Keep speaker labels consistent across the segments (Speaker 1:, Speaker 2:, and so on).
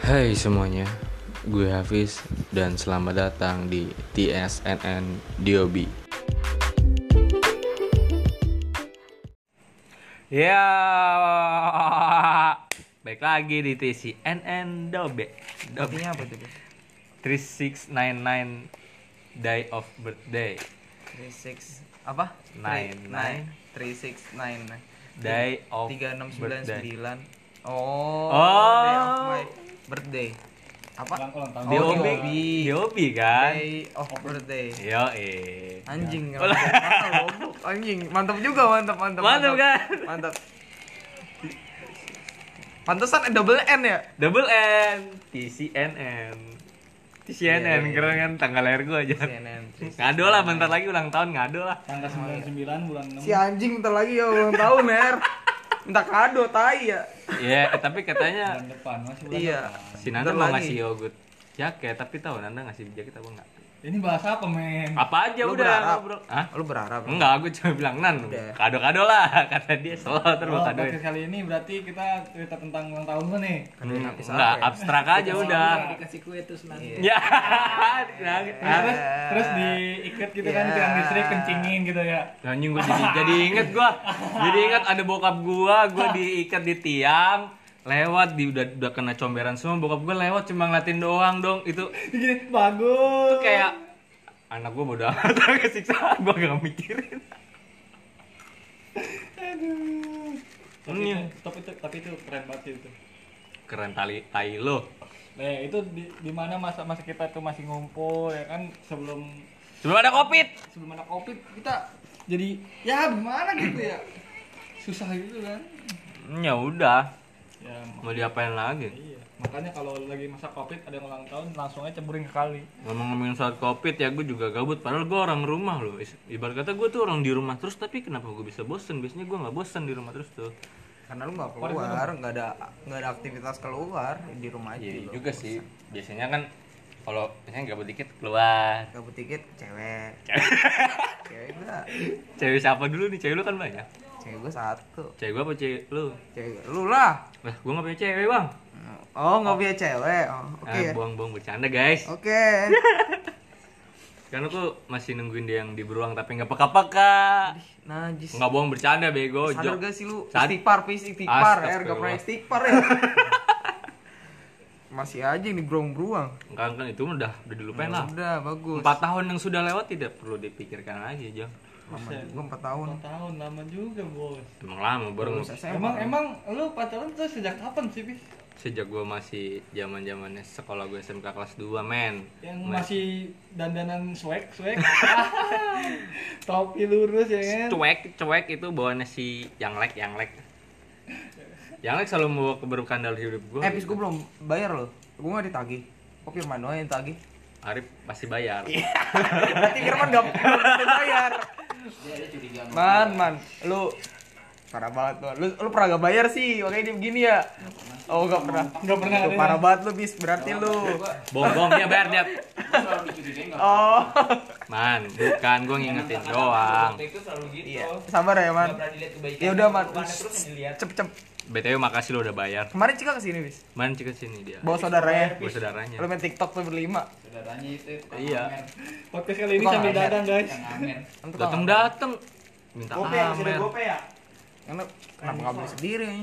Speaker 1: Hai semuanya, gue Hafiz dan selamat datang di TSNN DOB.
Speaker 2: Ya, baik lagi di TCNN Dobe. Dobe
Speaker 3: Artinya apa tuh?
Speaker 2: 3699 Day of Birthday.
Speaker 3: Three six apa?
Speaker 2: Nine, nine.
Speaker 3: Three six nine.
Speaker 2: Day of
Speaker 3: Tiga enam sembilan
Speaker 2: birthday.
Speaker 3: sembilan. Oh.
Speaker 2: Oh.
Speaker 3: Day of my birthday. Apa?
Speaker 2: DOB,
Speaker 3: Oh,
Speaker 2: DOB,
Speaker 3: DOB.
Speaker 2: kan?
Speaker 3: Day of Oh, birthday.
Speaker 2: Yo,
Speaker 3: Anjing. kenapa? Mantap, goblok. Anjing. Mantap juga, mantap, mantap.
Speaker 2: Mantap, kan?
Speaker 3: Mantap. Pantesan double N ya?
Speaker 2: Double N, TCNN. TCNN
Speaker 3: Iya, iya.
Speaker 2: keren kan tanggal lahir gue aja.
Speaker 3: CNN.
Speaker 2: Ngado lah bentar lagi ulang tahun ngado lah.
Speaker 4: tanggal 99 bulan 6
Speaker 3: Si anjing bentar lagi ya ulang tahun, Mer. Minta kado tai ya.
Speaker 2: Iya, eh, tapi katanya
Speaker 4: bulan depan masih bulan
Speaker 3: Iya.
Speaker 4: depan.
Speaker 2: si Nanda
Speaker 3: Bentar
Speaker 2: mau
Speaker 3: lagi.
Speaker 2: ngasih yogurt jaket, tapi tahu Nanda ngasih jaket apa enggak?
Speaker 4: Ini bahasa Hmm. apa men?
Speaker 2: Apa aja
Speaker 3: Lu
Speaker 2: udah
Speaker 3: berharap.
Speaker 2: ngobrol. Hah?
Speaker 3: Lu berharap.
Speaker 2: Enggak, aku cuma bilang nan,
Speaker 3: Udah.
Speaker 2: kado-kado lah kata dia selalu terus
Speaker 4: Oh,
Speaker 2: kado.
Speaker 4: podcast kali ini berarti kita cerita tentang ulang tahun lu nih.
Speaker 3: Kadoin habis
Speaker 2: Hmm, Enggak,
Speaker 3: apa ya? Iya.
Speaker 2: abstrak aja udah.
Speaker 4: Dikasih kue terus nanti.
Speaker 2: Ya, nah, nah.
Speaker 4: terus terus diikat gitu kan
Speaker 3: Iya.
Speaker 4: tiang listrik kencingin gitu ya.
Speaker 2: anjing gua jadi, jadi inget gua. Jadi inget ada bokap gua, gua diikat di tiang lewat di udah udah kena comberan semua bokap gua lewat cuma ngeliatin doang dong itu
Speaker 4: Gini, bagus.
Speaker 2: kayak anak gua bodoh amat kesiksa gua gak mikirin
Speaker 4: Aduh. Tapi,
Speaker 2: Ini.
Speaker 4: itu, tapi itu tapi itu keren banget sih itu.
Speaker 2: keren tali tai lo
Speaker 4: Nah, itu di, di mana masa masa kita tuh masih ngumpul ya kan sebelum
Speaker 2: sebelum ada covid
Speaker 4: sebelum ada covid kita jadi ya gimana gitu ya susah gitu kan
Speaker 2: Hmm, ya udah
Speaker 4: ya
Speaker 2: mau diapain lagi
Speaker 4: Iya, makanya kalau lagi masa covid ada yang ulang tahun langsung aja ceburin ke kali.
Speaker 2: ngomong-ngomongin soal covid ya gue juga gabut padahal gue orang rumah loh Is- ibarat kata gue tuh orang di rumah terus tapi kenapa gue bisa bosen biasanya gue nggak bosen di rumah terus tuh
Speaker 3: karena lu nggak keluar nggak ada nggak ada aktivitas keluar di rumah aja
Speaker 2: iya
Speaker 3: lu.
Speaker 2: juga sih biasanya kan kalau biasanya gabut dikit keluar
Speaker 3: Gabut dikit cewek cewek gua
Speaker 2: cewek siapa dulu nih cewek lu kan banyak
Speaker 3: cewek gua satu
Speaker 2: cewek gue apa cewek lu
Speaker 3: cewek lu lah
Speaker 2: lah gue nggak punya cewek bang
Speaker 3: oh nggak punya cewek oh, oke
Speaker 2: ah,
Speaker 3: ya. oke
Speaker 2: bohong-bohong bercanda guys karena aku masih nungguin dia yang di beruang tapi nggak peka-peka
Speaker 3: najis
Speaker 2: nggak bohong bercanda bego
Speaker 3: sadar
Speaker 2: Jo-
Speaker 3: gak sih lu
Speaker 2: Sad-
Speaker 3: istighfar pis istighfar
Speaker 2: Astagfirullah.
Speaker 3: ya nggak pernah istighfar ya masih aja yang diberuang-beruang
Speaker 2: kan kan itu udah udah dilupain lah
Speaker 3: udah bagus
Speaker 2: empat tahun yang sudah lewat tidak perlu dipikirkan lagi jang
Speaker 3: lama juga empat tahun
Speaker 4: Empat tahun lama juga bos.
Speaker 2: emang lama baru
Speaker 3: Lulus SMA.
Speaker 4: Emang emang lu pacaran tuh sejak kapan sih bis?
Speaker 2: sejak gue masih zaman zamannya sekolah gue SMK kelas 2 men
Speaker 4: Yang
Speaker 2: Men.
Speaker 4: masih dandanan swag swag, topi lurus ya kan?
Speaker 2: cuek cuek itu bawaannya si yang lek yang lek yang lek selalu membawa keburukan dalam hidup gue
Speaker 3: eh pis gua belum bayar loh gua nggak ditagih kok Firman doang yang tagih
Speaker 2: Arif pasti bayar
Speaker 3: Iya. Berarti Firman gak belum bayar. Man, man, lu parah banget lu. Lu, lu pernah gak bayar sih, makanya dia begini ya. Oh, gak pernah.
Speaker 4: Gak pernah
Speaker 3: Lu
Speaker 2: ya.
Speaker 4: ada
Speaker 3: parah banget lu, bis.
Speaker 2: Oh,
Speaker 3: Berarti lu.
Speaker 2: bohong bohong dia bayar dia
Speaker 3: Oh.
Speaker 2: man bukan gue ngingetin doang
Speaker 5: gitu.
Speaker 3: Iya. Sabar ya, man. Ya udah, man. Cep cep.
Speaker 2: btw makasih lo udah bayar
Speaker 3: Kemarin Cika kesini, bis.
Speaker 2: man cek sini dia
Speaker 3: Bawa saudaranya.
Speaker 2: gue saudaranya
Speaker 3: Lu main TikTok tuh berlima.
Speaker 2: iya
Speaker 4: Podcast kali ini
Speaker 3: Tukang
Speaker 4: sambil
Speaker 3: amer.
Speaker 4: dadang guys.
Speaker 3: Kan tukang-
Speaker 2: datang datang minta amer
Speaker 4: ya?
Speaker 3: Karena Kan kenapa nggak beli sendiri ya?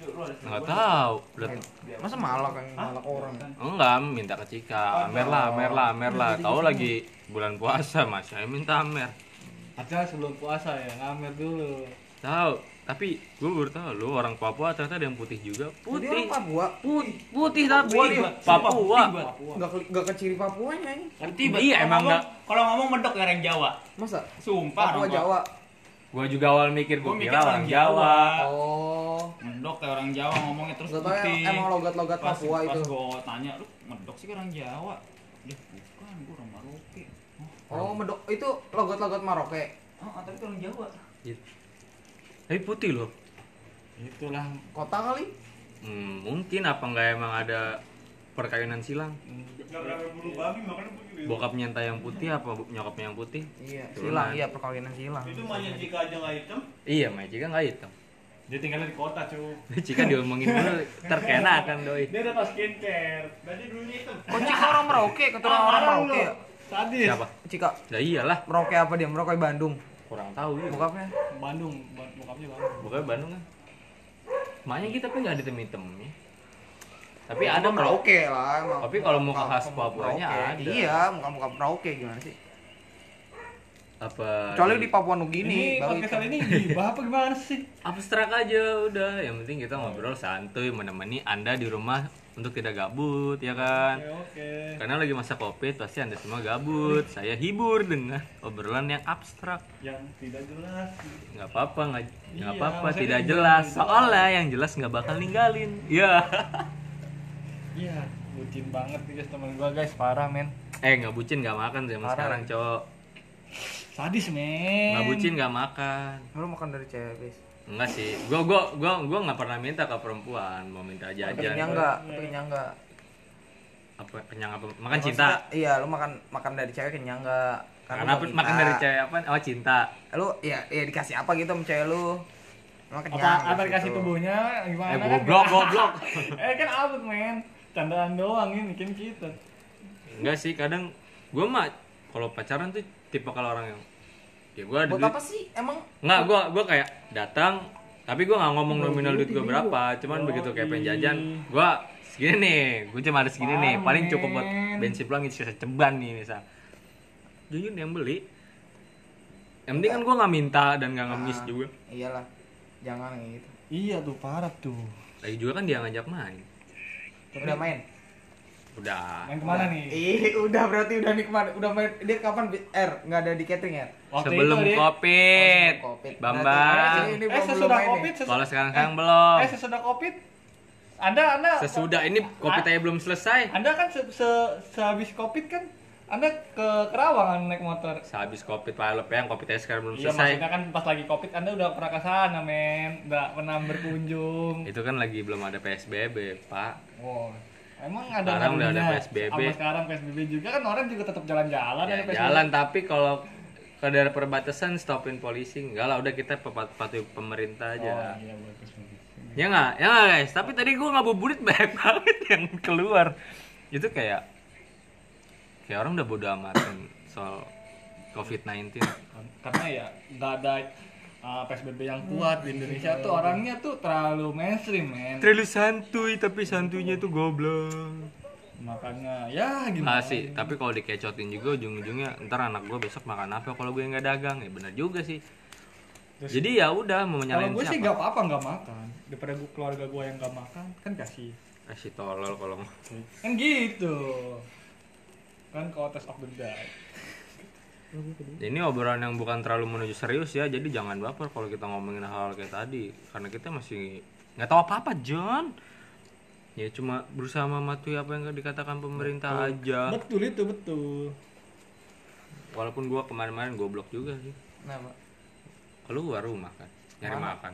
Speaker 2: nggak tahu Datang-
Speaker 3: Masa malak kan malak orang.
Speaker 2: Enggak, minta ke Cika. Amer lah, amer lah, amer lah. Tahu lagi bulan puasa, Mas. Saya minta amer.
Speaker 4: Padahal sebelum puasa ya ngamer dulu.
Speaker 2: Tahu, tapi gue baru tahu lu orang Papua ternyata ada yang putih juga.
Speaker 3: Jadi orang
Speaker 2: Putih.
Speaker 3: Papua.
Speaker 2: Putih, putih tapi
Speaker 4: Gua-
Speaker 2: Papua.
Speaker 3: Gak, ke- ya? gak keciri Papuanya ini.
Speaker 2: Iya, emang enggak.
Speaker 5: kalau ngomong medok orang Jawa
Speaker 3: Masa?
Speaker 5: sumpah
Speaker 3: Papua Jawa.
Speaker 2: Gua juga awal mikir
Speaker 5: gue
Speaker 2: gua
Speaker 5: mikir
Speaker 2: kira orang Jawa.
Speaker 3: Oh.
Speaker 5: medok kayak orang Jawa ngomongnya terus
Speaker 3: Gak tau ya,
Speaker 5: putih
Speaker 3: emang logat-logat
Speaker 5: pas,
Speaker 3: Papua
Speaker 5: pas
Speaker 3: itu.
Speaker 5: gue tanya lu medok sih orang Jawa ya bukan gue orang Maroke
Speaker 3: Oh, medok itu logat-logat Maroke.
Speaker 5: oh ah, tapi orang Jawa
Speaker 2: Tapi putih loh.
Speaker 4: Itulah
Speaker 3: Kota kali?
Speaker 2: Hmm, mungkin apa enggak emang ada perkawinan silang? Bokapnya entah yang putih apa bu- nyokapnya yang putih?
Speaker 3: Iya,
Speaker 2: Turunan.
Speaker 3: silang. Iya, perkawinan silang.
Speaker 6: itu manja jika aja nggak hitam
Speaker 2: Iya, Mai Cika enggak hitam.
Speaker 1: Dia tinggalnya di kota, cu.
Speaker 2: Cika diomongin dulu terkena akan doi.
Speaker 1: Dia udah pas skincare. Berarti dulunya itu.
Speaker 3: Kok Cika Oh, orang Merauke? Kata
Speaker 4: Ah,
Speaker 3: orang, orang
Speaker 1: Parah lu.
Speaker 3: Merauke ya?
Speaker 1: Sadis.
Speaker 2: Siapa?
Speaker 3: Cika,
Speaker 2: Ya iyalah,
Speaker 3: Merauke apa dia? Merauke Bandung
Speaker 2: kurang tahu ya.
Speaker 3: Bokapnya
Speaker 4: Bandung, buat bokapnya Bandung.
Speaker 2: Bukan Bandung kan. Makanya kita pun nggak ada temen-temennya. Tapi ada merauke.
Speaker 3: lah emang
Speaker 2: Tapi kalau muka khas Papuanya ada.
Speaker 3: Merauke. Iya, muka-muka Merauke gimana sih?
Speaker 2: Apa?
Speaker 3: Kecuali di Papua
Speaker 4: Ini
Speaker 3: Nugini kan. baru
Speaker 4: podcast
Speaker 3: itu.
Speaker 4: kali ini gibah apa gimana sih?
Speaker 2: abstrak aja udah. Yang penting kita ngobrol santuy menemani Anda di rumah untuk tidak gabut ya kan.
Speaker 1: Oke, oke.
Speaker 2: Karena lagi masa Covid pasti Anda semua gabut. Saya hibur dengan obrolan yang abstrak.
Speaker 1: Yang tidak jelas.
Speaker 2: nggak apa-apa nggak nggak
Speaker 1: Iya,
Speaker 2: apa-apa
Speaker 1: maksudnya
Speaker 2: tidak
Speaker 1: dia
Speaker 2: jelas
Speaker 1: bilang.
Speaker 2: soalnya yang jelas nggak bakal ninggalin ya
Speaker 4: Iya, bucin banget nih guys teman gua guys, parah men.
Speaker 2: eh nggak bucin nggak makan zaman
Speaker 3: Parah.
Speaker 2: sekarang cowok
Speaker 4: Sadis men.
Speaker 2: nggak bucin nggak makan
Speaker 3: Lu makan dari cewek, guys.
Speaker 2: enggak sih gua gua gua gua nggak pernah minta ke perempuan mau minta jajan
Speaker 3: Kenyang enggak? Kenyang enggak?
Speaker 2: apa kenyang apa makan cinta
Speaker 3: Iya, lu makan makan dari cewek kenyang enggak?
Speaker 2: karena
Speaker 3: lu
Speaker 2: apa-
Speaker 3: gak
Speaker 2: makan
Speaker 3: minta.
Speaker 2: dari cewek apa oh cinta
Speaker 3: Lu ya ya dikasih apa gitu sama cewek lu? Emang
Speaker 4: Apa
Speaker 3: kenyang.
Speaker 4: apa
Speaker 3: gitu.
Speaker 4: dikasih tubuhnya gimana
Speaker 2: eh
Speaker 4: kan?
Speaker 2: goblok goblok
Speaker 4: Eh kan abut men. Candaan doang ini bikin kita.
Speaker 2: enggak sih kadang gua mah kalau pacaran tuh tipe kalau orang yang ya gua ada
Speaker 3: Buat
Speaker 2: duit
Speaker 3: apa sih? Emang
Speaker 2: Nggak, gua gua kayak datang tapi gua nggak ngomong nominal duit gua berapa, cuman begitu kayak pengen jajan, gua segini nih, gua cuma ada segini nih, paling cukup buat bensin pulang isi sisa ceban nih misal. Jujur yang beli. Yang penting kan gua nggak minta dan nggak ngemis
Speaker 3: Ah.
Speaker 2: juga.
Speaker 3: iyalah. Jangan kayak gitu.
Speaker 4: Iya tuh parah tuh.
Speaker 2: Lagi juga kan dia ngajak main.
Speaker 3: Udah main.
Speaker 2: Udah.
Speaker 4: Main kemana
Speaker 2: Nah,
Speaker 4: nih?
Speaker 3: Ih, udah berarti udah nikmat. Udah main. Dia kapan R? Enggak ada di catering ya?
Speaker 2: Sebelum ah.
Speaker 4: dia-
Speaker 2: Covid.
Speaker 3: Covid. Nah, Berarti-
Speaker 2: Bambang.
Speaker 3: ini
Speaker 4: eh
Speaker 3: belum-
Speaker 4: sesudah
Speaker 3: belum main
Speaker 4: covid, sesu-
Speaker 2: Kalau sekarang sekarang
Speaker 4: eh,
Speaker 2: belum.
Speaker 4: eh sesudah covid, anda anda
Speaker 2: Sesudah ini Covid aja Eh, belum selesai.
Speaker 4: Anda kan se, se- sehabis covid kan, anda ke Kerawang kan naik motor.
Speaker 2: Sehabis Covid pilot ya, yang Covid aja sekarang belum
Speaker 4: Iya
Speaker 2: selesai.
Speaker 4: maksudnya kan pas lagi covid anda udah pernah ke sana men, nggak pernah berkunjung.
Speaker 2: Itu kan lagi belum ada PSBB, Pak.
Speaker 4: Wow. Emang ada
Speaker 2: Sekarang udah ada
Speaker 4: ngaruhnya?
Speaker 2: PSBB.
Speaker 4: Sama sekarang PSBB juga kan orang juga tetap jalan-jalan
Speaker 2: Ya,
Speaker 4: ada PSBB.
Speaker 2: jalan tapi kalau ke daerah perbatasan stopin polisi enggak lah udah kita pepat- patuhi pemerintah aja
Speaker 4: Iya buat PSBB.
Speaker 2: ya nggak ya nggak guys tapi tadi gua ngabuburit banyak banget yang keluar itu kayak kayak orang udah bodo amatan soal covid 19
Speaker 4: Kan- Karena ya nggak ada uh, PSBB yang kuat di Indonesia tuh orangnya tuh terlalu mainstream men.
Speaker 2: terlalu santuy tapi santuinya tuh goblok
Speaker 4: Makanya ya
Speaker 2: Ah
Speaker 4: gimana?
Speaker 2: sih, tapi kalau dikecotin juga ujung-ujungnya ntar anak gue besok makan apa kalau gue nggak dagang ya bener juga sih. Jadi ya udah mau
Speaker 4: Kalau
Speaker 2: nyalain
Speaker 4: gue sih
Speaker 2: siapa?
Speaker 4: nggak apa-apa nggak makan. Daripada gua, keluarga gue yang nggak makan kan kasih.
Speaker 2: Kasih Eh, tolol kalau mau.
Speaker 4: Kan gitu. Kan kalau test of the day.
Speaker 2: Ini obrolan yang bukan terlalu menuju serius ya, jadi jangan baper kalau kita ngomongin hal-hal kayak tadi, karena kita masih nggak tahu apa-apa, John. Ya cuma berusaha mematuhi apa yang dikatakan pemerintah aja.
Speaker 4: Betul itu betul.
Speaker 2: Walaupun gua kemarin-kemarin goblok juga sih.
Speaker 3: Nah, Pak.
Speaker 2: Keluar rumah kan, nyari
Speaker 3: Mana?
Speaker 2: makan.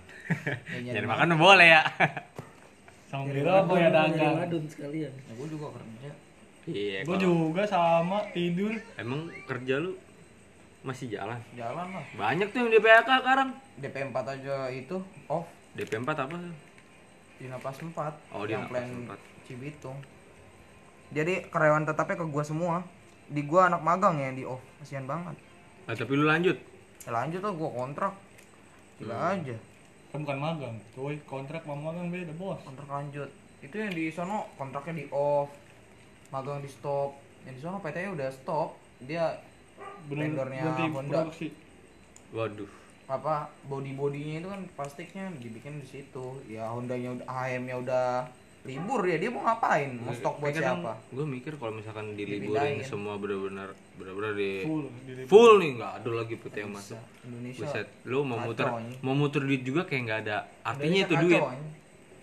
Speaker 3: Ya, nyari
Speaker 2: nyari, makan mah boleh ya.
Speaker 4: Sama beli rokok ya dagang.
Speaker 7: adun sekalian
Speaker 3: Ya, gua juga kerja.
Speaker 2: Iya.
Speaker 4: Gue
Speaker 2: kalau-
Speaker 4: juga sama tidur.
Speaker 2: Emang kerja lu masih jalan?
Speaker 3: Jalan lah.
Speaker 2: Banyak tuh yang di PHK sekarang.
Speaker 3: DP 4 aja itu off
Speaker 2: DP4 apa? tuh?
Speaker 3: di napas 4.
Speaker 2: Oh, di
Speaker 3: yang
Speaker 2: Napas
Speaker 3: plan
Speaker 2: 4.
Speaker 3: Cibitung. Jadi karyawan tetapnya ke gua semua. Di gua anak magang ya yang di off. Kasihan banget.
Speaker 2: Ah, tapi lu lanjut.
Speaker 3: Ya lanjut lah gua kontrak. Gila aja.
Speaker 4: Kan bukan magang, cuy. Kontrak sama magang beda, Bos.
Speaker 3: Kontrak lanjut. Itu yang di sono kontraknya di off. Magang di stop. Yang di sono PT-nya udah stop. Dia Vendornya
Speaker 4: ganti
Speaker 3: Honda.
Speaker 4: produksi.
Speaker 2: Waduh.
Speaker 3: apa body bodinya itu kan plastiknya dibikin di situ ya Hondanya udah AM-nya udah libur ya dia mau ngapain mau stok buat siapa
Speaker 2: Gue kan mikir kalau misalkan diliburin
Speaker 3: Dipindahin.
Speaker 2: semua bener-bener bener-bener di
Speaker 4: Full di
Speaker 2: full nih nggak ada lagi PT yang masuk.
Speaker 3: Indonesia
Speaker 2: Buset, lu mau
Speaker 3: Kacau,
Speaker 2: muter
Speaker 3: anjing.
Speaker 2: mau muter duit juga kayak nggak ada artinya
Speaker 3: Indonesia
Speaker 2: itu duit.
Speaker 3: kacau, anjing.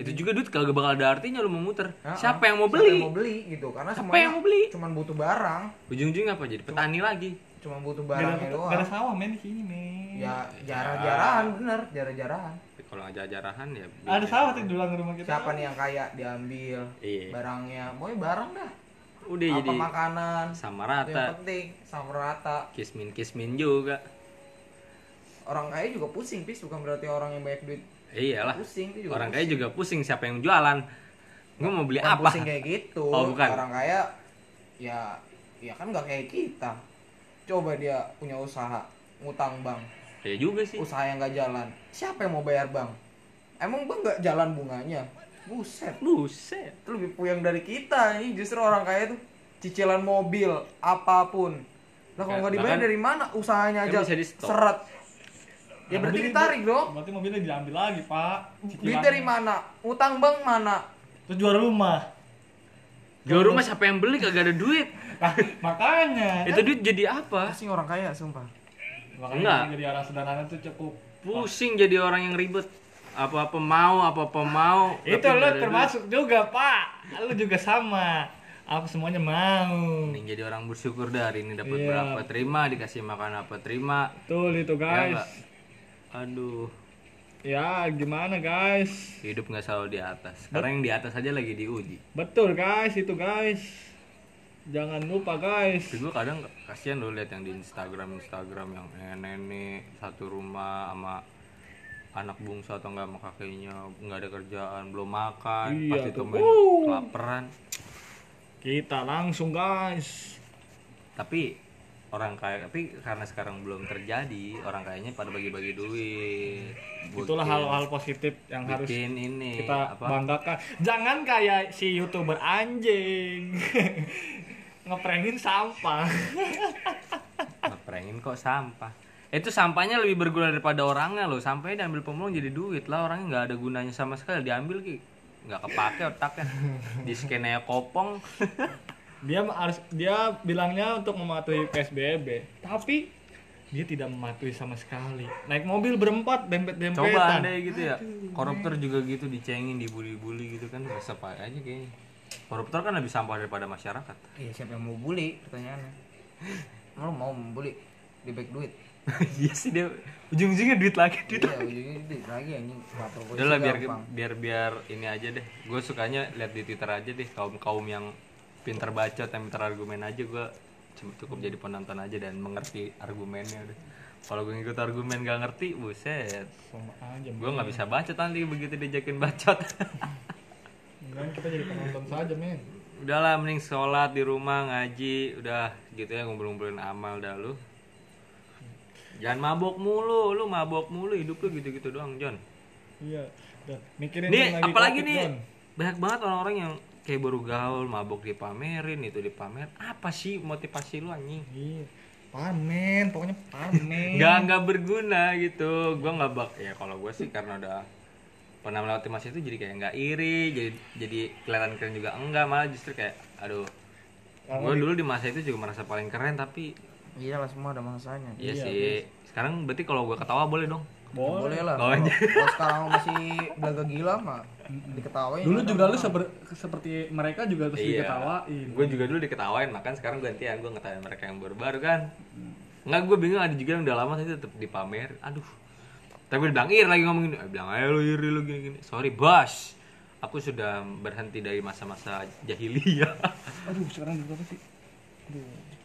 Speaker 2: Itu juga duit kagak bakal ada artinya lu mau muter.
Speaker 3: Ha-ha.
Speaker 2: Siapa yang mau
Speaker 3: Siapa
Speaker 2: beli?
Speaker 3: yang mau beli gitu karena
Speaker 2: Siapa
Speaker 3: semuanya
Speaker 2: yang mau beli?
Speaker 3: cuman butuh barang
Speaker 2: Ujung-ujungnya apa jadi petani lagi?
Speaker 3: cuman butuh
Speaker 4: Gak ada,
Speaker 3: barangnya doang
Speaker 4: gak ada sawah men di sini, men.
Speaker 2: Iya.
Speaker 3: ya jarah-jarahan bener jarah-jarahan
Speaker 2: Kalau ngajak jarahan ya.
Speaker 4: Ada sawah tuh di belakang rumah kita.
Speaker 3: siapa nih yang kaya diambil
Speaker 2: Iya.
Speaker 3: barangnya mau barang dah
Speaker 2: Udah
Speaker 3: apa
Speaker 2: jadi
Speaker 3: makanan
Speaker 2: sama
Speaker 3: Itu yang
Speaker 2: rata.
Speaker 3: penting sama rata
Speaker 2: Kismin kismin juga.
Speaker 3: orang kaya juga pusing pis bukan berarti orang yang banyak duit
Speaker 2: iyalah
Speaker 3: Pusing, itu juga
Speaker 2: orang
Speaker 3: pusing.
Speaker 2: kaya juga pusing siapa yang jualan gue mau beli
Speaker 3: Bukan
Speaker 2: apa
Speaker 3: pusing kayak gitu
Speaker 2: Oh, bukan.
Speaker 3: orang kaya ya ya kan nggak kayak kita coba dia punya usaha ngutang bank
Speaker 2: ya juga sih
Speaker 3: usaha yang nggak jalan siapa yang mau bayar bank emang bank nggak jalan bunganya buset
Speaker 2: buset
Speaker 3: itu lebih puyeng dari kita ini justru orang kaya tuh cicilan mobil apapun lah kalau nggak dibayar
Speaker 2: Bahkan-
Speaker 3: dari mana usahanya
Speaker 2: Ya, kan
Speaker 3: aja
Speaker 2: bisa di-stop. Nah,
Speaker 3: seret ya berarti
Speaker 4: Mobil-
Speaker 3: ditarik dong
Speaker 4: Berarti mobilnya diambil lagi, Pak.
Speaker 3: duit dari mana utang bank mana
Speaker 4: Terus jual rumah.
Speaker 2: jual rumah siapa yang beli kagak ada duit
Speaker 4: Nah, makanya.
Speaker 2: itu duit jadi apa
Speaker 3: Pusing orang kaya sumpah
Speaker 4: Makanya
Speaker 2: Enggak.
Speaker 4: jadi orang sederhana itu cukup
Speaker 2: pusing jadi orang yang ribet apa-apa mau apa-apa mau
Speaker 4: itu
Speaker 2: tapi
Speaker 4: lo
Speaker 2: nggak ada
Speaker 4: termasuk juga pak lo juga sama aku semuanya mau
Speaker 2: duit. Mending jadi orang bersyukur dari ini dapat
Speaker 4: Iya.
Speaker 2: berapa terima dikasih makan apa terima
Speaker 4: betul itu
Speaker 2: ya
Speaker 4: guys
Speaker 2: nggak? aduh
Speaker 4: ya gimana guys
Speaker 2: hidup nggak selalu di atas sekarang yang di atas aja lagi diuji
Speaker 4: betul guys itu guys jangan lupa guys
Speaker 2: Tapi gue kadang kasihan lo lihat yang di Instagram Instagram yang nenek satu rumah sama anak bungsu atau enggak sama kakeknya nggak ada kerjaan belum makan
Speaker 4: Iya
Speaker 2: pasti
Speaker 4: tuh.
Speaker 2: temen
Speaker 4: Wuh.
Speaker 2: kelaparan
Speaker 4: kita langsung guys
Speaker 2: tapi orang kaya tapi karena sekarang belum terjadi orang kayanya pada bagi-bagi duit
Speaker 4: itulah
Speaker 2: Bikin-
Speaker 4: hal-hal positif yang harus
Speaker 2: bikin ini
Speaker 4: kita
Speaker 2: Eh, apa
Speaker 4: banggakan jangan kayak si youtuber anjing ngeprankin sampah
Speaker 2: ngeprengin kok sampah itu sampahnya lebih berguna daripada orangnya loh sampahnya diambil pemulung jadi duit lah orangnya nggak ada gunanya sama sekali diambil ki nggak kepake otaknya di skenanya kopong
Speaker 4: dia ma- harus dia bilangnya untuk mematuhi psbb tapi dia tidak mematuhi sama sekali naik mobil berempat dempet
Speaker 2: coba
Speaker 4: dempetan
Speaker 2: deh gitu ya koruptor juga gitu dicengin dibully-bully gitu kan nggak sepa aja kayaknya koruptor kan lebih sampah daripada masyarakat
Speaker 3: iya siapa yang mau bully pertanyaannya Emang lu mau membuli di back duit
Speaker 2: iya sih dia ujung-ujungnya duit lagi duit
Speaker 3: iya ujungnya duit lagi anjing Baper gua
Speaker 2: udah lah
Speaker 3: sih
Speaker 2: biar
Speaker 3: gampang.
Speaker 2: biar biar ini aja deh gue sukanya lihat di twitter aja deh kaum kaum yang pinter bacot yang pinter argumen aja gue cukup jadi penonton aja dan mengerti argumennya udah kalau gue ngikut argumen gak ngerti buset
Speaker 4: sama aja
Speaker 2: gue nggak bisa bacot nanti begitu diajakin bacot
Speaker 4: Enggak, Kan kita jadi penonton saja men
Speaker 2: udahlah mending sholat di rumah ngaji udah gitu ya ngumpul-ngumpulin amal dah lu jangan mabok mulu lu mabok mulu hidup lu gitu-gitu doang John
Speaker 4: iya dan mikirin yang
Speaker 2: Nih,
Speaker 4: lagi
Speaker 2: apalagi
Speaker 4: covid,
Speaker 2: nih
Speaker 4: Don.
Speaker 2: banyak banget orang-orang yang kayak baru gaul, mabok dipamerin, itu dipamer. Apa sih motivasi lu anjing?
Speaker 4: iya pamen pokoknya pamen
Speaker 2: Nggak nggak berguna gitu. Gua nggak bak ya kalau gue sih karena udah pernah melewati masa itu jadi kayak nggak iri, jadi jadi kelihatan keren juga enggak, malah justru kayak aduh. Gue dulu di masa itu juga merasa paling keren tapi
Speaker 3: iya lah semua ada masanya
Speaker 2: iya,
Speaker 4: Iya,
Speaker 2: sih. Sekarang berarti kalau gue ketawa boleh dong.
Speaker 4: boleh
Speaker 3: boleh lah
Speaker 2: Oh,
Speaker 3: kalau
Speaker 2: iya.
Speaker 3: kalau sekarang lu masih belaga gila mah
Speaker 5: Eh,
Speaker 3: diketawain
Speaker 4: dulu
Speaker 3: orang
Speaker 4: juga lu
Speaker 3: mah.
Speaker 4: seber- seperti mereka juga
Speaker 2: Iya.
Speaker 4: terus diketawain
Speaker 2: Gue juga dulu diketawain, makanya sekarang gantian gue ngetawain mereka yang baru-baru kan. Enggak, gue bingung ada juga yang udah lama tapi tetap dipamer. Aduh. Tapi gue bilang ir lagi ngomongin, eh, bilang ayo lu iri lu gini-gini. Sorry bos, aku sudah berhenti dari masa-masa jahiliyah.
Speaker 4: aduh sekarang juga apa sih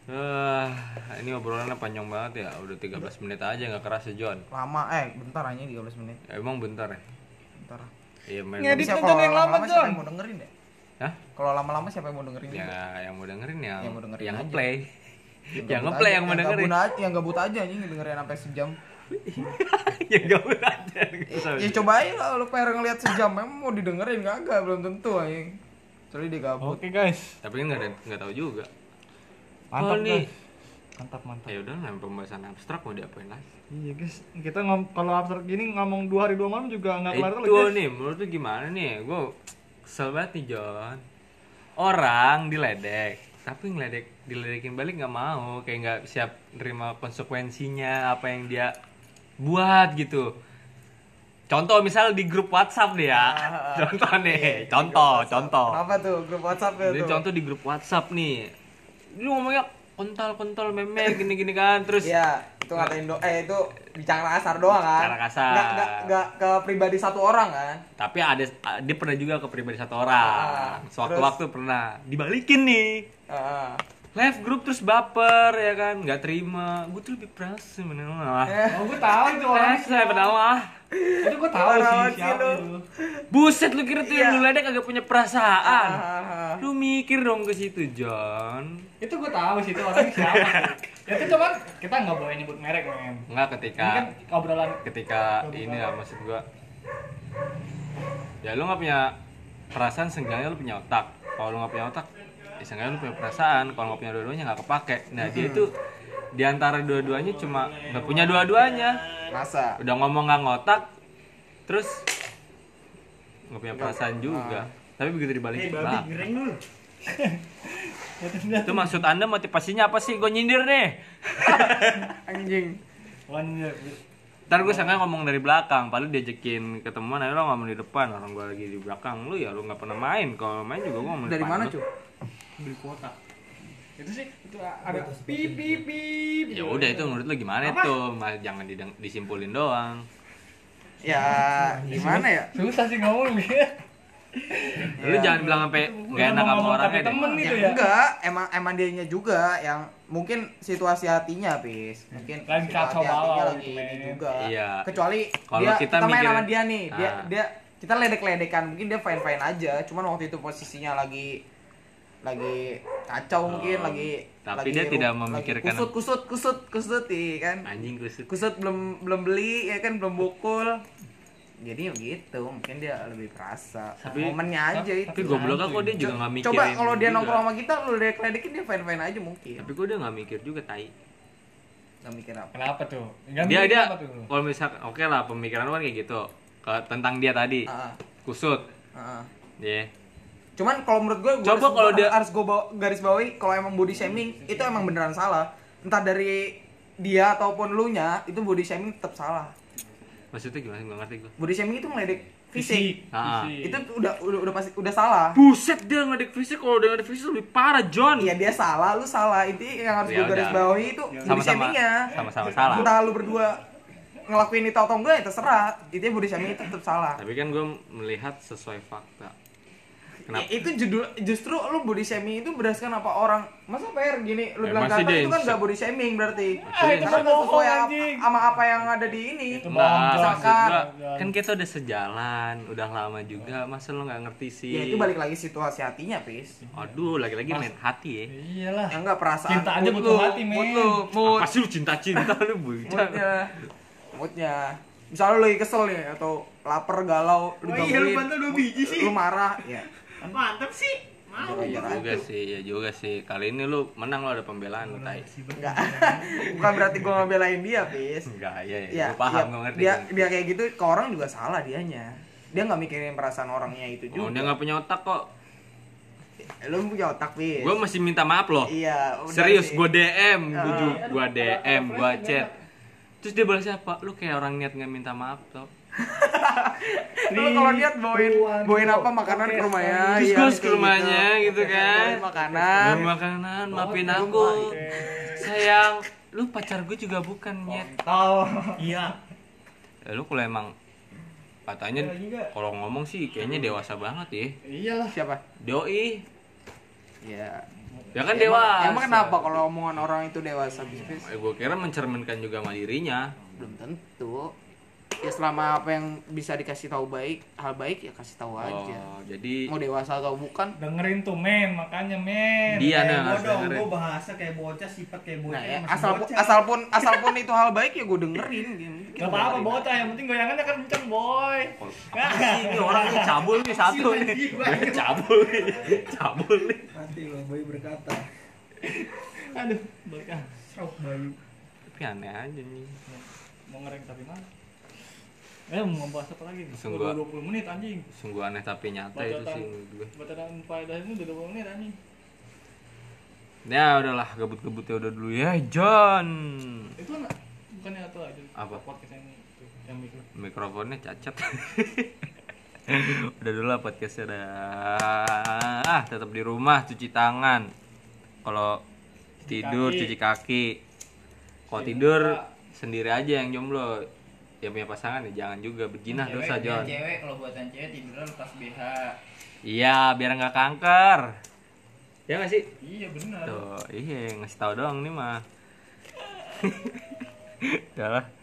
Speaker 2: Ah, ini obrolannya panjang banget ya, udah 13 menit aja nggak kerasa John.
Speaker 3: lama eh bentar aja 13 menit
Speaker 2: Emang bentar ya?
Speaker 3: bentar
Speaker 2: Iya main.
Speaker 4: Ngedit.
Speaker 3: Siapa-
Speaker 4: nonton
Speaker 3: kalau
Speaker 4: yang lama,
Speaker 3: lama-lama siapa
Speaker 4: Jon.
Speaker 3: yang mau dengerin ya
Speaker 2: Hah?
Speaker 3: kalau lama-lama siapa yang mau dengerin
Speaker 2: Ya
Speaker 3: juga?
Speaker 2: yang mau dengerin ya,
Speaker 3: Yang mau dengerin
Speaker 2: yang
Speaker 3: aja.
Speaker 2: ngeplay.
Speaker 3: gabut
Speaker 2: Yang ngeplay
Speaker 3: aja,
Speaker 2: yang mau dengerin.
Speaker 3: gabut aja, yang gabut aja anjing dengerin sampai sejam
Speaker 2: Yang gabut aja.
Speaker 3: ya coba aja lah, lu pengen ngeliat sejam emang mau didengerin kagak belum tentu anjing soalnya dia gabut
Speaker 4: oke guys
Speaker 2: Tapi kan nggak ada nggak tahu juga. Oh,
Speaker 4: mantap
Speaker 2: nih.
Speaker 4: guys mantap mantap
Speaker 2: Ya udah lah pembahasan abstrak mau diapain lagi?
Speaker 4: Iya guys, kita ngom kalau abstrak gini ngomong dua hari dua malam juga nggak kelar
Speaker 2: itu nih menurut lu gimana nih gue kesel banget nih John orang diledek tapi ngeledek diledekin balik nggak mau kayak nggak siap nerima konsekuensinya apa yang dia buat gitu contoh misal di grup WhatsApp deh
Speaker 3: Ah,
Speaker 2: ya contoh
Speaker 3: Iya,
Speaker 2: nih contoh contoh
Speaker 3: Kenapa tuh grup WhatsApp ya
Speaker 2: Jadi
Speaker 3: tuh?
Speaker 2: Oh. contoh di grup WhatsApp nih lu ngomongnya kental kental meme gini gini kan terus
Speaker 3: Iya, itu ngatain do eh itu bicara kasar doang kan?
Speaker 2: Bicara kasar.
Speaker 3: Nggak, nggak, nggak ke pribadi satu orang kan?
Speaker 2: tapi ada dia pernah juga ke pribadi satu orang
Speaker 3: Ah,
Speaker 2: sewaktu
Speaker 3: terus?
Speaker 2: waktu pernah dibalikin nih
Speaker 3: Heeh.
Speaker 2: live group terus baper ya kan nggak terima gue tuh lebih perasa
Speaker 3: Eh,
Speaker 2: Eh, menengah
Speaker 5: Oh gue tahu itu orangnya
Speaker 2: perasa menengah
Speaker 5: Itu gue tahu sih
Speaker 8: Orang
Speaker 5: siapa
Speaker 8: sih
Speaker 5: itu.
Speaker 2: buset lu kira tuh yang lu ledek kagak punya perasaan
Speaker 8: Hahaha.
Speaker 2: lu mikir dong ke situ John
Speaker 5: Itu gue tahu sih itu orangnya siapa. ya itu
Speaker 4: kan
Speaker 5: cuman kita nggak boleh nyebut merek men.
Speaker 2: nggak
Speaker 5: Ini kan
Speaker 2: ketika
Speaker 5: obrolan
Speaker 2: ketika ini lah maksud gua ya lu nggak punya perasaan seenggaknya lu punya otak kalau lu nggak punya otak ya seenggaknya lu punya perasaan kalau nggak punya dua-duanya nggak kepake nah dia itu di antara dua-duanya cuma nggak punya dua-duanya
Speaker 8: Masa?
Speaker 2: udah ngomong nggak ngotak terus nggak ah. Eh, punya perasaan juga tapi begitu dibalikin lah itu maksud anda motivasinya apa sih gue nyindir nih
Speaker 8: Anjing.
Speaker 4: Wanya.
Speaker 2: Ntar gue sangka ngomong dari belakang, padahal diajakin ketemuan, akhirnya lo ngomong di depan, orang gue lagi di belakang, lu ya lu nggak pernah main, kalau main juga gue ngomong di
Speaker 3: Dari
Speaker 2: depan
Speaker 3: mana,
Speaker 2: lu.
Speaker 3: Cuk?
Speaker 5: beli kuota. Itu sih itu ada pip pip pip.
Speaker 2: Ya udah itu menurut lu gimana
Speaker 5: Apa?
Speaker 2: tuh, Mas, jangan dideng- disimpulin doang.
Speaker 8: Ya, gimana ya?
Speaker 4: Susah sih ngomong gitu.
Speaker 2: Lu jangan Kan bilang sampai nggak enak sama orangnya deh.
Speaker 4: Temen
Speaker 3: Ya,
Speaker 4: itu ya.
Speaker 3: enggak, emang emang dianya juga yang mungkin situasi hatinya, Pis. Mungkin
Speaker 4: Lagi
Speaker 3: situasi
Speaker 4: kacau
Speaker 3: hatinya
Speaker 4: balau
Speaker 3: lagi
Speaker 4: gitu,
Speaker 3: ini
Speaker 4: men.
Speaker 3: juga.
Speaker 2: Iya.
Speaker 3: Kecuali
Speaker 2: Kalau
Speaker 3: dia
Speaker 2: kita
Speaker 3: kita, main
Speaker 2: mikir-
Speaker 3: sama dia nih, dia
Speaker 2: Ah.
Speaker 3: dia kita ledek-ledekan, mungkin dia fine-fine aja. Cuman waktu itu posisinya lagi lagi kacau mungkin
Speaker 2: Oh,
Speaker 3: lagi
Speaker 2: tapi
Speaker 3: lagi
Speaker 2: dia
Speaker 3: ru-
Speaker 2: tidak
Speaker 3: lagi
Speaker 2: memikirkan- Nah,
Speaker 3: kusut kusut kusut kusut iya kan
Speaker 2: Anjing kusut.
Speaker 3: kusut belum belum beli ya kan belum bukul jadi gitu mungkin dia lebih perasa
Speaker 2: Tapi-
Speaker 3: momennya aja itu
Speaker 2: Tapi gobloknya kok dia juga nggak mikirin.
Speaker 3: Coba kalau dia
Speaker 2: juga.
Speaker 3: nongkrong sama kita lu ledek-ledekin dia fine-fine aja mungkin.
Speaker 2: Tapi gue dia nggak mikir juga, tai.
Speaker 3: Gak mikir apa.
Speaker 4: Kenapa tuh?
Speaker 2: Dia dia kalau misalkan, oke lah pemikiran lu kan kayak gitu. Ke- tentang dia tadi,
Speaker 3: Heeh,
Speaker 2: kusut.
Speaker 3: heeh.
Speaker 2: Ya.
Speaker 3: Ah, Cuman kalau menurut gue
Speaker 2: Coba kalau dia-
Speaker 3: harus gue garis bawahi kalau emang body shaming itu emang beneran salah. Entah dari dia ataupun lu nya itu body shaming tetap salah.
Speaker 2: Maksudnya gimana? Gak ngerti gue.
Speaker 3: Body shaming itu meledek fisik.
Speaker 2: Ah.
Speaker 3: Itu udah udah udah pasti udah salah.
Speaker 2: Buset dia ngedek fisik, kalau dia ngedek fisik lebih parah, John.
Speaker 3: Iya dia salah, lu salah. Intinya yang harus
Speaker 2: Ya
Speaker 3: gue garis
Speaker 2: udah.
Speaker 3: bawahi itu body
Speaker 2: Sama-sama.
Speaker 3: shamingnya.
Speaker 2: Sama-sama salah.
Speaker 3: Entah lu berdua ngelakuin itu atau enggak ya terserah. Intinya body shaming itu tetap salah.
Speaker 2: Tapi kan gue melihat sesuai fakta. Kenapa?
Speaker 3: Ya, itu judul justru lu body shaming itu berdasarkan apa orang masa PR gini lu
Speaker 2: Ya,
Speaker 3: bilang
Speaker 2: masih
Speaker 3: ganteng
Speaker 2: dia
Speaker 3: itu kan
Speaker 2: insecure.
Speaker 3: gak body shaming berarti
Speaker 4: Ah, itu
Speaker 3: karena
Speaker 4: mah
Speaker 3: nggak
Speaker 4: bohong,
Speaker 3: sesuai apa-
Speaker 4: anjing.
Speaker 3: sama apa yang ada di ini
Speaker 4: Itu
Speaker 2: Nah,
Speaker 4: bohong, John.
Speaker 2: maksud gua,
Speaker 4: John.
Speaker 2: kan kita udah sejalan, udah lama juga, masa lo nggak ngerti sih?
Speaker 3: ya itu balik lagi situasi hatinya pis
Speaker 2: Aduh, lagi-lagi main hati ya.
Speaker 4: Iya. Iyalah.
Speaker 3: yang enggak perasaan
Speaker 4: Cinta aja
Speaker 3: mood
Speaker 4: butuh
Speaker 3: lu,
Speaker 4: hati, men.
Speaker 3: mood lu mood
Speaker 2: Apa sih lu cinta-cinta lu bujang?
Speaker 3: moodnya moodnya misalnya lu lagi kesel nih atau lapar galau Oh lu
Speaker 5: Wah, iya,
Speaker 3: gangguin,
Speaker 5: lu bantal dua biji sih.
Speaker 3: lu marah ya
Speaker 5: Mantap sih. Mau
Speaker 2: Ya juga sih, ya juga sih. Kali ini lu menang lo ada pembelaan lu, Tai.
Speaker 3: enggak bukan berarti gua ngebelain dia pis
Speaker 2: Enggak, ya, ya.
Speaker 3: ya,
Speaker 2: Gua paham,
Speaker 3: ya,
Speaker 2: gua ngerti.
Speaker 3: dia dia kayak gitu ke orang juga salah dianya dia nggak mikirin perasaan orangnya
Speaker 2: Oh,
Speaker 3: itu juga Eh,
Speaker 2: dia nggak punya otak kok.
Speaker 3: lu punya otak pis
Speaker 2: Gue masih minta maaf loh.
Speaker 3: iya udah
Speaker 2: oh, Serius,
Speaker 3: sih.
Speaker 2: gue DM, gue
Speaker 3: Ah.
Speaker 2: juga, gue DM, gue chat. Terus dia balas apa? Lu kayak orang niat nggak minta maaf tuh.
Speaker 3: lu kalau lihat bawain
Speaker 4: Tuan,
Speaker 3: bawain
Speaker 4: tuan.
Speaker 3: apa makanan ke rumahnya
Speaker 2: Terus
Speaker 3: iya,
Speaker 2: gua
Speaker 3: gitu,
Speaker 2: ke rumahnya gitu kan.
Speaker 3: Bawain makanan
Speaker 2: Beli makanan, maafin aku. Sayang, lu pacar gue juga bukan, Nyet.
Speaker 5: Tahu. Iya.
Speaker 2: Ya, lu kalau emang katanya
Speaker 4: Iya juga.
Speaker 2: kalau ngomong sih kayaknya dewasa banget ya.
Speaker 4: Iyalah.
Speaker 3: siapa
Speaker 2: Doi,
Speaker 3: ya
Speaker 2: ya kan
Speaker 3: Emang-
Speaker 2: dewasa.
Speaker 3: emang kenapa kalau omongan orang itu dewasa Pis, Pis?
Speaker 2: gue kira mencerminkan juga sama dirinya.
Speaker 3: belum tentu ya selama apa yang bisa dikasih tahu baik hal baik ya kasih tahu aja
Speaker 2: Oh, jadi
Speaker 3: mau dewasa atau bukan
Speaker 4: Dengerin tuh men, makanya men.
Speaker 2: dia nih yang harus
Speaker 5: Bodoh,
Speaker 2: dengerin.
Speaker 5: gue bahasa kayak bocah, sifat kayak bocah.
Speaker 3: Nah, ya,
Speaker 5: masih
Speaker 3: asal
Speaker 5: bocah.
Speaker 3: asal pun asal pun itu hal baik ya gue dengerin gitu.
Speaker 4: Gak apa-apa bocah, yang penting goyangannya kan kenceng boy.
Speaker 2: Apa sih, ini orang nih cabul nih satu nih. Dia cabul nih. Cabul nih.
Speaker 5: Nanti lo Bayu berkata,
Speaker 4: Aduh, balik ah.
Speaker 5: serok Bayu.
Speaker 2: Tapi aneh aja nih.
Speaker 4: Mau ngereng tapi mana? Eh, mau bahas apa lagi? nih?
Speaker 2: Langsung
Speaker 4: Udah
Speaker 2: gua.
Speaker 4: 20 menit anjing.
Speaker 2: Sungguh aneh tapi nyata itu
Speaker 4: Bacotan.
Speaker 2: sih menurut gue.
Speaker 4: Bacaan faedah ini udah 20 menit anjing.
Speaker 2: Ya udahlah, gebut-gebutnya udah dulu ya, John.
Speaker 4: Itu anak bukannya atau aja
Speaker 2: Apa?
Speaker 4: podcast yang itu, yang mikro.
Speaker 2: Mikrofonnya cacat. udah dulu lah podcastnya dah. Ah, tetap di rumah, cuci tangan. Kalau tidur,
Speaker 4: kaki.
Speaker 2: cuci kaki. Kalau
Speaker 4: Cuci
Speaker 2: tidur
Speaker 4: muka.
Speaker 2: sendiri aja yang jomblo. Yang punya pasangan ya jangan juga beginah dosa John.
Speaker 5: Cewek kalau buatan cewek tidurnya lepas BH.
Speaker 2: Iya, biar nggak kanker. Ya nggak sih? Oh,
Speaker 4: Iya benar.
Speaker 2: Tuh, iya ngasih tahu doang nih mah. Udah lah.